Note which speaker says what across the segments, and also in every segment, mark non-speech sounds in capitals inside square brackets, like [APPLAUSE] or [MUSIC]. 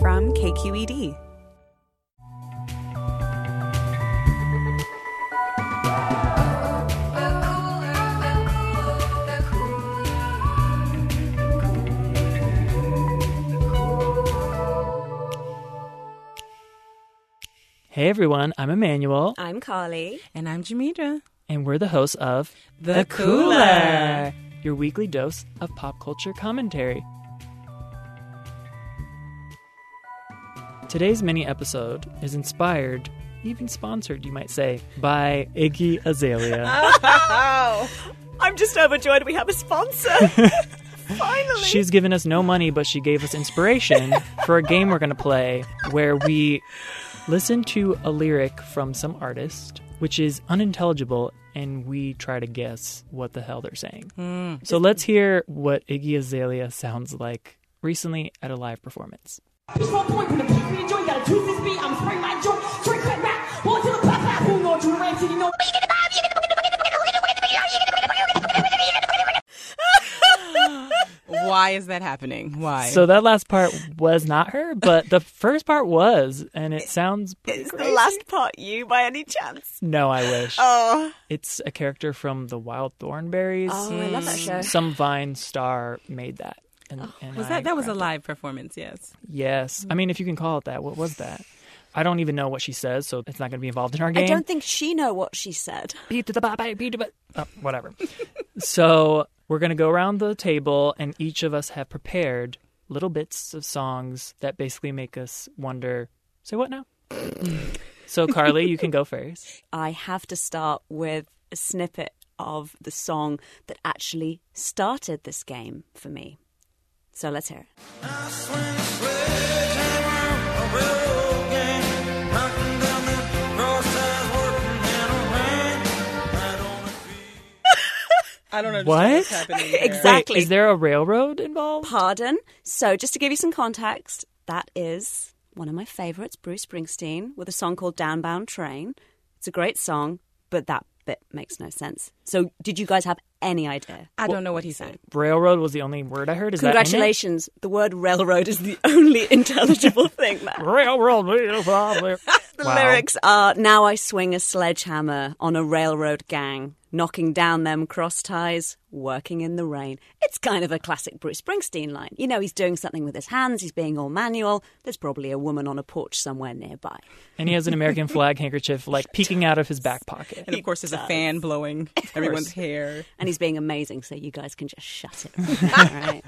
Speaker 1: from
Speaker 2: E
Speaker 1: KQED.
Speaker 3: Hey everyone, I'm Emmanuel,
Speaker 1: I'm Carly.
Speaker 4: And I'm Jamidra.
Speaker 3: and we're the hosts of
Speaker 4: The Cooler.
Speaker 3: your weekly dose of pop culture commentary. Today's mini episode is inspired, even sponsored, you might say, by
Speaker 4: [LAUGHS]
Speaker 3: Iggy Azalea.
Speaker 1: I'm just overjoyed we have a sponsor.
Speaker 2: [LAUGHS]
Speaker 1: Finally.
Speaker 3: She's given us no money, but she gave us inspiration for a game we're going to play where we listen to a lyric from some artist, which is unintelligible, and we try to guess what the hell they're saying.
Speaker 2: Hmm.
Speaker 3: So let's hear what Iggy Azalea sounds like recently at a live performance.
Speaker 5: Bitch, my boy, when the kick me the joint, gotta twist this beat. I'm spraying my joint, straight cut rap. One to the pop, pop, boom, on to the ramp, you know.
Speaker 4: Why is that happening? Why?
Speaker 3: So that last part was not her, but the first part was, and it sounds. pretty
Speaker 2: Is the
Speaker 3: crazy.
Speaker 2: last part you by any chance?
Speaker 3: No, I wish.
Speaker 2: Oh,
Speaker 3: It's a character from the Wild Thornberries.
Speaker 2: I love that show.
Speaker 3: Some Vine star made that. And, and
Speaker 4: was
Speaker 3: I
Speaker 4: that that was a
Speaker 3: grabbed it.
Speaker 4: live performance? Yes.
Speaker 3: Yes. I mean, if you can call it that, what was that? I don't even know what she says, so it's not going to be involved in our game.
Speaker 2: I don't think she know what she said.
Speaker 3: beat to the bop, beat to the oh, whatever. [LAUGHS] so we're gonna go around the table, and each of us have prepared little bits of songs that basically make us wonder. Say what now? so Carly, you can go first.
Speaker 2: I have to start with a snippet of the song that actually started this game for me. So let's hear it.
Speaker 4: I don't know
Speaker 3: What?
Speaker 4: [LAUGHS]
Speaker 3: what's
Speaker 4: happening.
Speaker 2: Exactly.
Speaker 3: Wait, is there a railroad involved?
Speaker 2: Pardon. So just to give you some context, that is one of my favorites, Bruce Springsteen, with a song called Downbound Train. It's a great song, but that bit makes no sense. So did you guys have any idea?
Speaker 4: I don't know what he said.
Speaker 3: Railroad was the only word I heard. Is that in it?
Speaker 2: Congratulations. The word railroad is the only [LAUGHS] intelligible thing there.
Speaker 3: Railroad. The
Speaker 2: The lyrics are Now I swing a sledgehammer on a railroad gang, knocking down them cross ties, working in the rain. It's kind of a classic Bruce Springsteen line. You know, he's doing something with his hands, he's being all manual. There's probably a woman on a porch somewhere nearby.
Speaker 3: And he has an American flag handkerchief like peeking out of his back pocket.
Speaker 4: And of course, there's a fan blowing everyone's hair.
Speaker 2: And he's being amazing, so you guys can just shut it. [LAUGHS] all right.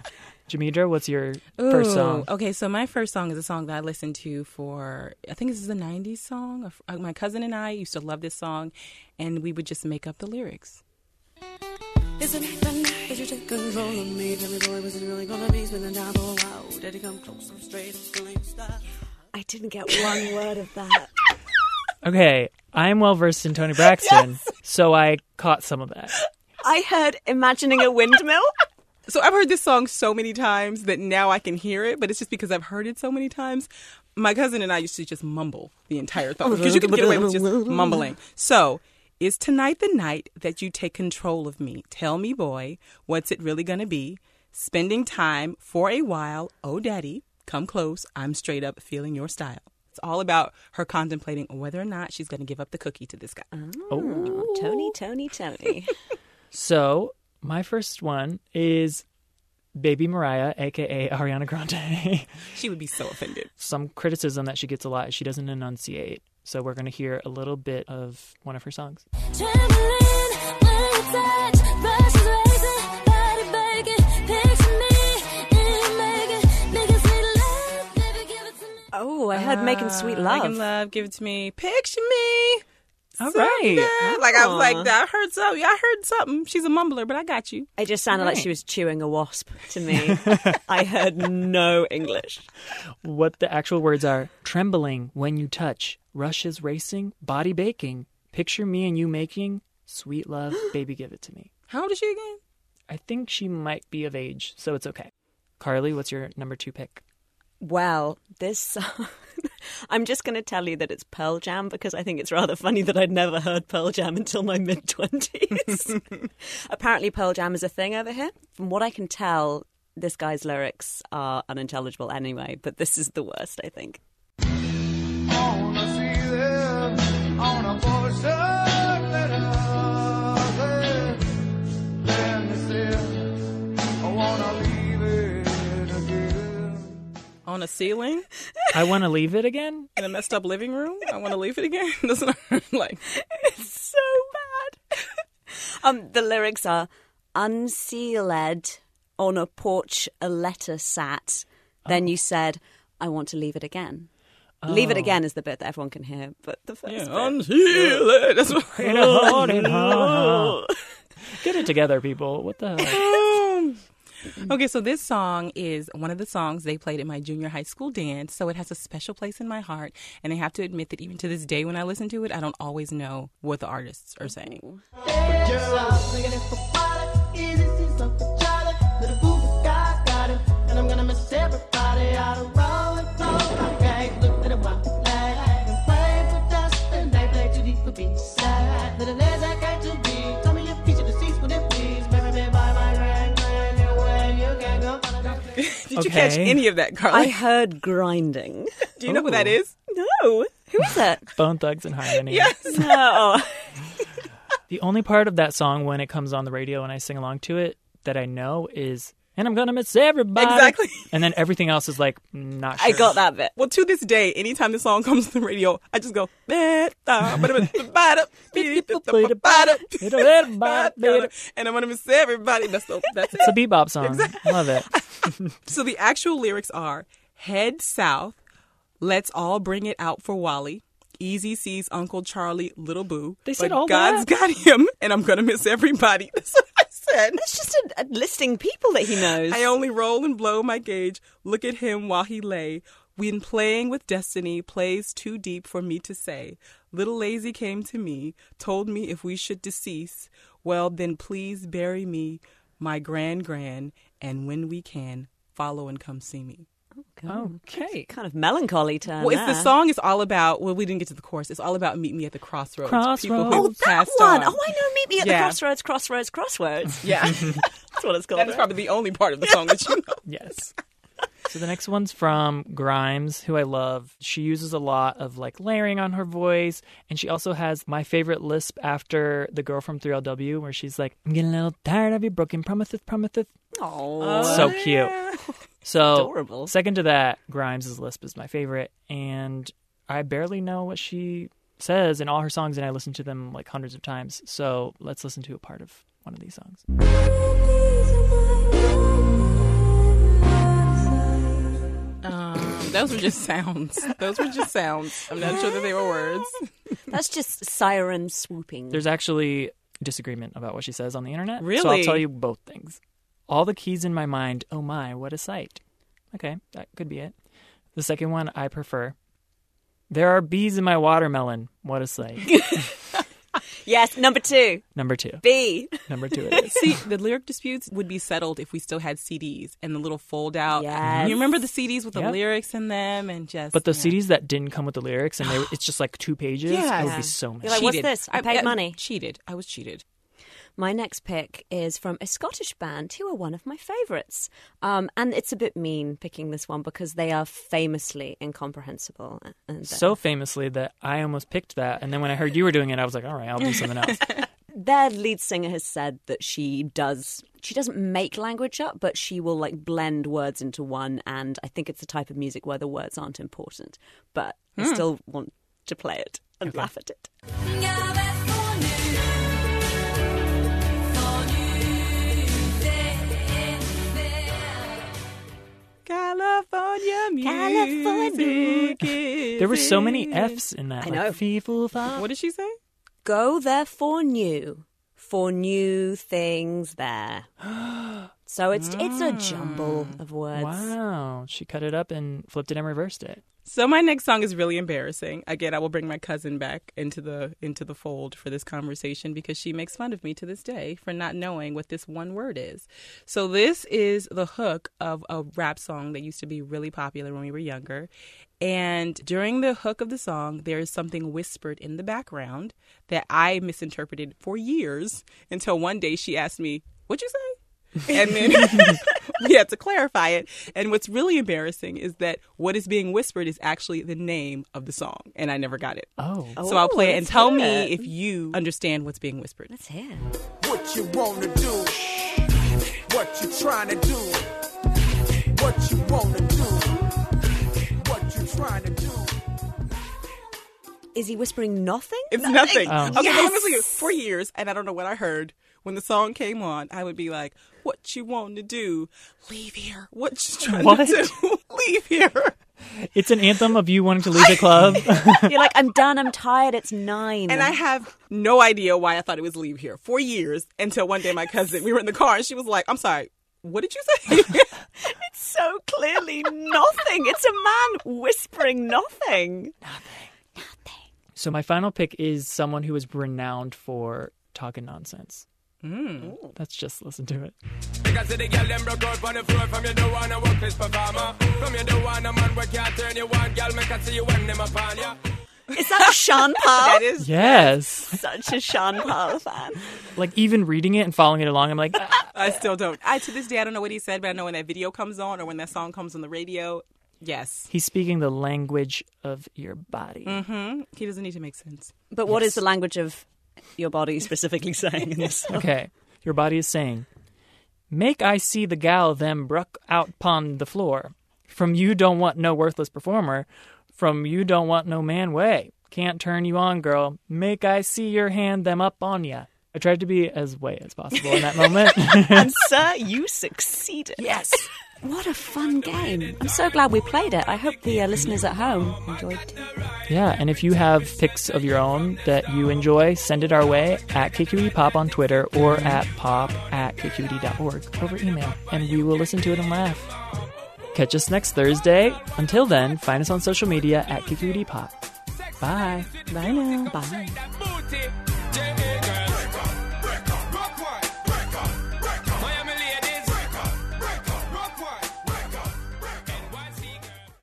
Speaker 3: Jamidra, what's your first
Speaker 4: Ooh,
Speaker 3: song?
Speaker 4: Okay, so my first song is a song that I listened to for I think this is a '90s song. A f- uh, My cousin and I used to love this song, and we would just make up the lyrics.
Speaker 6: Isn't it the night that you took control of me? Tell me, boy, was it really gonna be spending time for a while? Did it come close? I'm straight, I'm still ain't style.
Speaker 2: I didn't get one word of that.
Speaker 3: Okay, I'm well versed in Tony Braxton, so I caught some of that.
Speaker 2: I heard Imagining a Windmill.
Speaker 4: So I've heard this song so many times that now I can hear it, but it's just because I've heard it so many times. My cousin and I used to just mumble the entire song because you could get away with just mumbling. So, is tonight the night that you take control of me? Tell me, boy, what's it really gonna be? Spending time for a while, oh daddy, come close. I'm straight up feeling your style. It's all about her contemplating whether or not she's gonna give up the cookie to this guy.
Speaker 2: Oh, Tony, Tony, Tony.
Speaker 3: So my first one is Baby Mariah, aka Ariana Grande. [LAUGHS]
Speaker 4: She would be so offended.
Speaker 3: Some criticism that she gets a lot is she doesn't enunciate. So we're gonna hear a little bit of one of her songs.
Speaker 7: Trembling when you touch, brushes raising, body baking, picture me in making, making sweet love, baby give it to me.
Speaker 2: Oh, I heard Making Sweet Love.
Speaker 4: Making love, give it to me. Picture me.
Speaker 3: All right. Oh.
Speaker 4: Someday. Like I was like, I heard something. I heard something. She's a mumbler, but I got you.
Speaker 2: It just sounded like she was chewing a wasp to [LAUGHS] me. I heard no English.
Speaker 3: What the actual words are trembling when you touch, rushes racing, body baking, picture me and you making, sweet
Speaker 2: [GASPS]
Speaker 3: love, baby give it to me.
Speaker 4: How old is she again?
Speaker 3: I think she might be of age, so it's okay. Carly, what's your number two pick?
Speaker 2: Well, this [LAUGHS] song. I'm just going to tell you that it's Pearl Jam because I think it's rather funny that I'd never heard Pearl Jam until my [LAUGHS] mid 20s. Apparently, Pearl Jam is a thing over here. From what I can tell, this guy's lyrics are unintelligible anyway, but this is the worst, I think.
Speaker 4: On a ceiling
Speaker 3: I want to leave it again.
Speaker 4: in a messed up living room. I want to leave it again. [LAUGHS] That's not like
Speaker 2: [LAUGHS] so bad. [LAUGHS] um, the lyrics are unsealed on a porch a letter sat. Then
Speaker 4: Oh.
Speaker 2: you said, I want to leave it again. Leave it again is the bit that everyone can hear, but the first
Speaker 4: yeah, Oh.
Speaker 2: bit.
Speaker 4: unheal it. That's what-
Speaker 3: In a heart and heart. Get it together, people. What the
Speaker 2: [LAUGHS]
Speaker 3: heck?
Speaker 4: Um, okay, so this song is one of the songs they played at my junior high school dance, so it has a special place in my heart. And I have to admit that even to this day, when I listen to it, I don't always know what the artists are saying. Did you catch
Speaker 3: Okay. Oh.
Speaker 4: any of that, Carly?
Speaker 2: I
Speaker 4: [LAUGHS]
Speaker 2: heard grinding.
Speaker 4: Do you know who that is?
Speaker 2: No. Who is [LAUGHS] it?
Speaker 3: Bone Thugs and Harmony.
Speaker 2: no.
Speaker 3: The only part of that song when it comes on the radio and I sing along to it that I know is, and I'm going to miss everybody.
Speaker 4: Exactly.
Speaker 3: And then everything else is like, "Mm, not sure.
Speaker 2: I got that bit.
Speaker 4: [LAUGHS] Well, to this day, anytime this song comes on the radio, I just go. "Bada, bada, bada, bada, bada, bada, bada." And I'm gonna miss everybody. That's the, that's it.
Speaker 3: It's a bebop song. Love
Speaker 2: [LAUGHS]
Speaker 3: it.
Speaker 4: So the actual lyrics are Head South, Let's All Bring It Out for Wally, Easy C's Uncle Charlie, Little Boo.
Speaker 3: They said
Speaker 4: but
Speaker 3: all
Speaker 4: God's
Speaker 3: that?
Speaker 4: got him, and I'm going to miss everybody. [LAUGHS] That's what I said.
Speaker 2: It's just a, a listing people that he knows.
Speaker 4: I only roll and blow my gauge, look at him while he lay. When playing with destiny, plays too deep for me to say. Little Lazy came to me, told me if we should decease, well, then please bury me, my grand grand, and when we can, follow and come see me.
Speaker 3: Okay.
Speaker 2: kind of melancholy turn.
Speaker 4: Well, it's the
Speaker 2: there.
Speaker 4: song Oh. is all about. Well, we didn't get to the chorus. It's all about meet me at the crossroads. People who
Speaker 3: Crossroads.
Speaker 2: Oh,
Speaker 3: was
Speaker 2: that
Speaker 4: passed on.
Speaker 2: one. Oh, I know. Meet me at the
Speaker 4: Yeah.
Speaker 2: crossroads, crossroads,
Speaker 4: [LAUGHS]
Speaker 2: crossroads.
Speaker 4: yeah.
Speaker 2: That's what it's called.
Speaker 4: that is probably the only part of the song that you know.
Speaker 3: Yes. So the next one's from Grimes, who I love. She uses a lot of like layering on her voice, and she also has my favorite lisp after the girl from 3LW, where she's like, "I'm getting a little tired of your broken promises, promises."
Speaker 2: Oh,
Speaker 3: so cute. So
Speaker 2: Adorable.
Speaker 3: Second to that, Grimes' lisp is my favorite, and I barely know what she says in all her songs, and I listen to them like hundreds of times. So let's listen to a part of one of these songs.
Speaker 4: Um, [LAUGHS] those were just sounds. Those were just sounds. I'm not sure that they were words.
Speaker 2: that's just siren swooping.
Speaker 3: There's actually disagreement about what she says on the internet. So I'll
Speaker 4: Really?
Speaker 3: tell you both things. All the keys in my mind, oh my, what a sight. Okay, that could be it. The second one I prefer. There are bees in my watermelon. What a
Speaker 2: [LAUGHS]
Speaker 3: sight.
Speaker 2: yes, number two,
Speaker 3: Number two.
Speaker 2: B.
Speaker 3: Number two
Speaker 2: [LAUGHS]
Speaker 3: it is.
Speaker 4: See, the lyric disputes would be settled if we still had CDs and the little fold out.
Speaker 2: Yes.
Speaker 4: You remember the CDs with the
Speaker 3: Yeah.
Speaker 4: lyrics in them and just.
Speaker 3: But the
Speaker 4: yeah.
Speaker 3: CDs that didn't come with the lyrics and they were, it's just like two pages,
Speaker 4: Yeah.
Speaker 3: it would
Speaker 4: Yeah.
Speaker 3: be so much.
Speaker 2: You're like, what's
Speaker 4: Cheated.
Speaker 2: this? I paid money.
Speaker 4: Cheated. I was cheated.
Speaker 2: My next pick is from a Scottish band who are one of my favourites. Um, and it's a bit mean picking this one because they are famously incomprehensible. And
Speaker 3: so famously that I almost picked that. And then when I heard you were doing it, I was like, all right, I'll do something
Speaker 2: [LAUGHS]
Speaker 3: else.
Speaker 2: their lead singer has said that she does she doesn't make language up but she will like blend words into one and i think it's the type of music where the words aren't important but
Speaker 3: Hmm.
Speaker 2: i still want to play it and laugh at it
Speaker 4: California music.
Speaker 2: California.
Speaker 4: is
Speaker 3: There were so many
Speaker 4: in-
Speaker 3: F's in that.
Speaker 2: I
Speaker 3: like,
Speaker 2: know.
Speaker 3: fee, foo, fa.
Speaker 4: What did she say?
Speaker 2: go therefore new for new
Speaker 1: [GASPS]
Speaker 2: things there so it's it's a jumble
Speaker 1: Mm.
Speaker 2: of words
Speaker 3: Wow. She cut it up and flipped it and reversed it.
Speaker 4: So my next song is really embarrassing. Again, I will bring my cousin back into the into the fold for this conversation because she makes fun of me to this day for not knowing what this one word is. So this is the hook of a rap song that used to be really popular when we were younger. And during the hook of the song, there is something whispered in the background that I misinterpreted for years until one day she asked me, "What'd you say?" And [LAUGHS] then we had to clarify it. And what's really embarrassing is that what is being whispered is actually the name of the song. And I never got it.
Speaker 3: Oh.
Speaker 4: so I'll play it and
Speaker 2: let's
Speaker 4: tell
Speaker 2: hear
Speaker 4: me
Speaker 2: it.
Speaker 4: if you understand what's being whispered.
Speaker 2: Let's hear.
Speaker 8: What you wanna do? What you tryna do? What you wanna do? What you tryna do?
Speaker 2: Is he whispering nothing?
Speaker 4: It's nothing.
Speaker 3: Oh.
Speaker 4: Okay, honestly, for years, and I don't know what I heard. When the song came on, I would be like, "What you want to do? Leave here. What you trying
Speaker 3: What?
Speaker 4: to do? [LAUGHS] Leave here."
Speaker 3: It's an anthem of you wanting to leave the club. [LAUGHS]
Speaker 2: You're like, I'm done. I'm tired. It's nine.
Speaker 4: And I have no idea why I thought it was "Leave here" for years until one day my cousin, we were in the car, and she was like, "I'm sorry, what did you say?" [LAUGHS]
Speaker 1: so clearly nothing. It's a man whispering nothing.
Speaker 3: so my final pick is someone who is renowned for talking nonsense. Let's just listen to it.
Speaker 9: Because see the girl them broke out on the floor from you don't wanna work this performer. From you don't wanna man where can't turn you on, girl make I see you when them upon ya.
Speaker 2: Is that Sean Paul?
Speaker 4: that is
Speaker 3: Yes.
Speaker 1: Such a Sean Paul fan.
Speaker 3: Like even reading it and following it along, I'm like,
Speaker 4: I still don't. I to this day I don't know what he said, but I know when that video comes on or when that song comes on the radio. Yes,
Speaker 3: he's speaking the language of your body.
Speaker 4: he doesn't need to make sense.
Speaker 2: But what is the language of your body specifically saying
Speaker 1: [LAUGHS]
Speaker 2: in this? [LAUGHS]
Speaker 3: Okay. Your body is saying, Make I see the gal them bruck out pon the floor. From you don't want no worthless performer. From you don't want no man way. Can't turn you on, girl. Make I see your hand them up on ya. I tried to be as way as possible in that moment.
Speaker 1: And sir, you succeeded.
Speaker 2: Yes. What a fun game. I'm so glad we played it. I hope the uh, listeners at home enjoyed it.
Speaker 3: yeah, and if you have pics of your own that you enjoy, send it our way at KQED Pop on Twitter or at pop at E KQED.org over email, and we will listen to it and laugh. Catch us next Thursday. Until then, find us on social media at KQED Pop. E Bye.
Speaker 2: Bye now. Bye.
Speaker 9: Booty.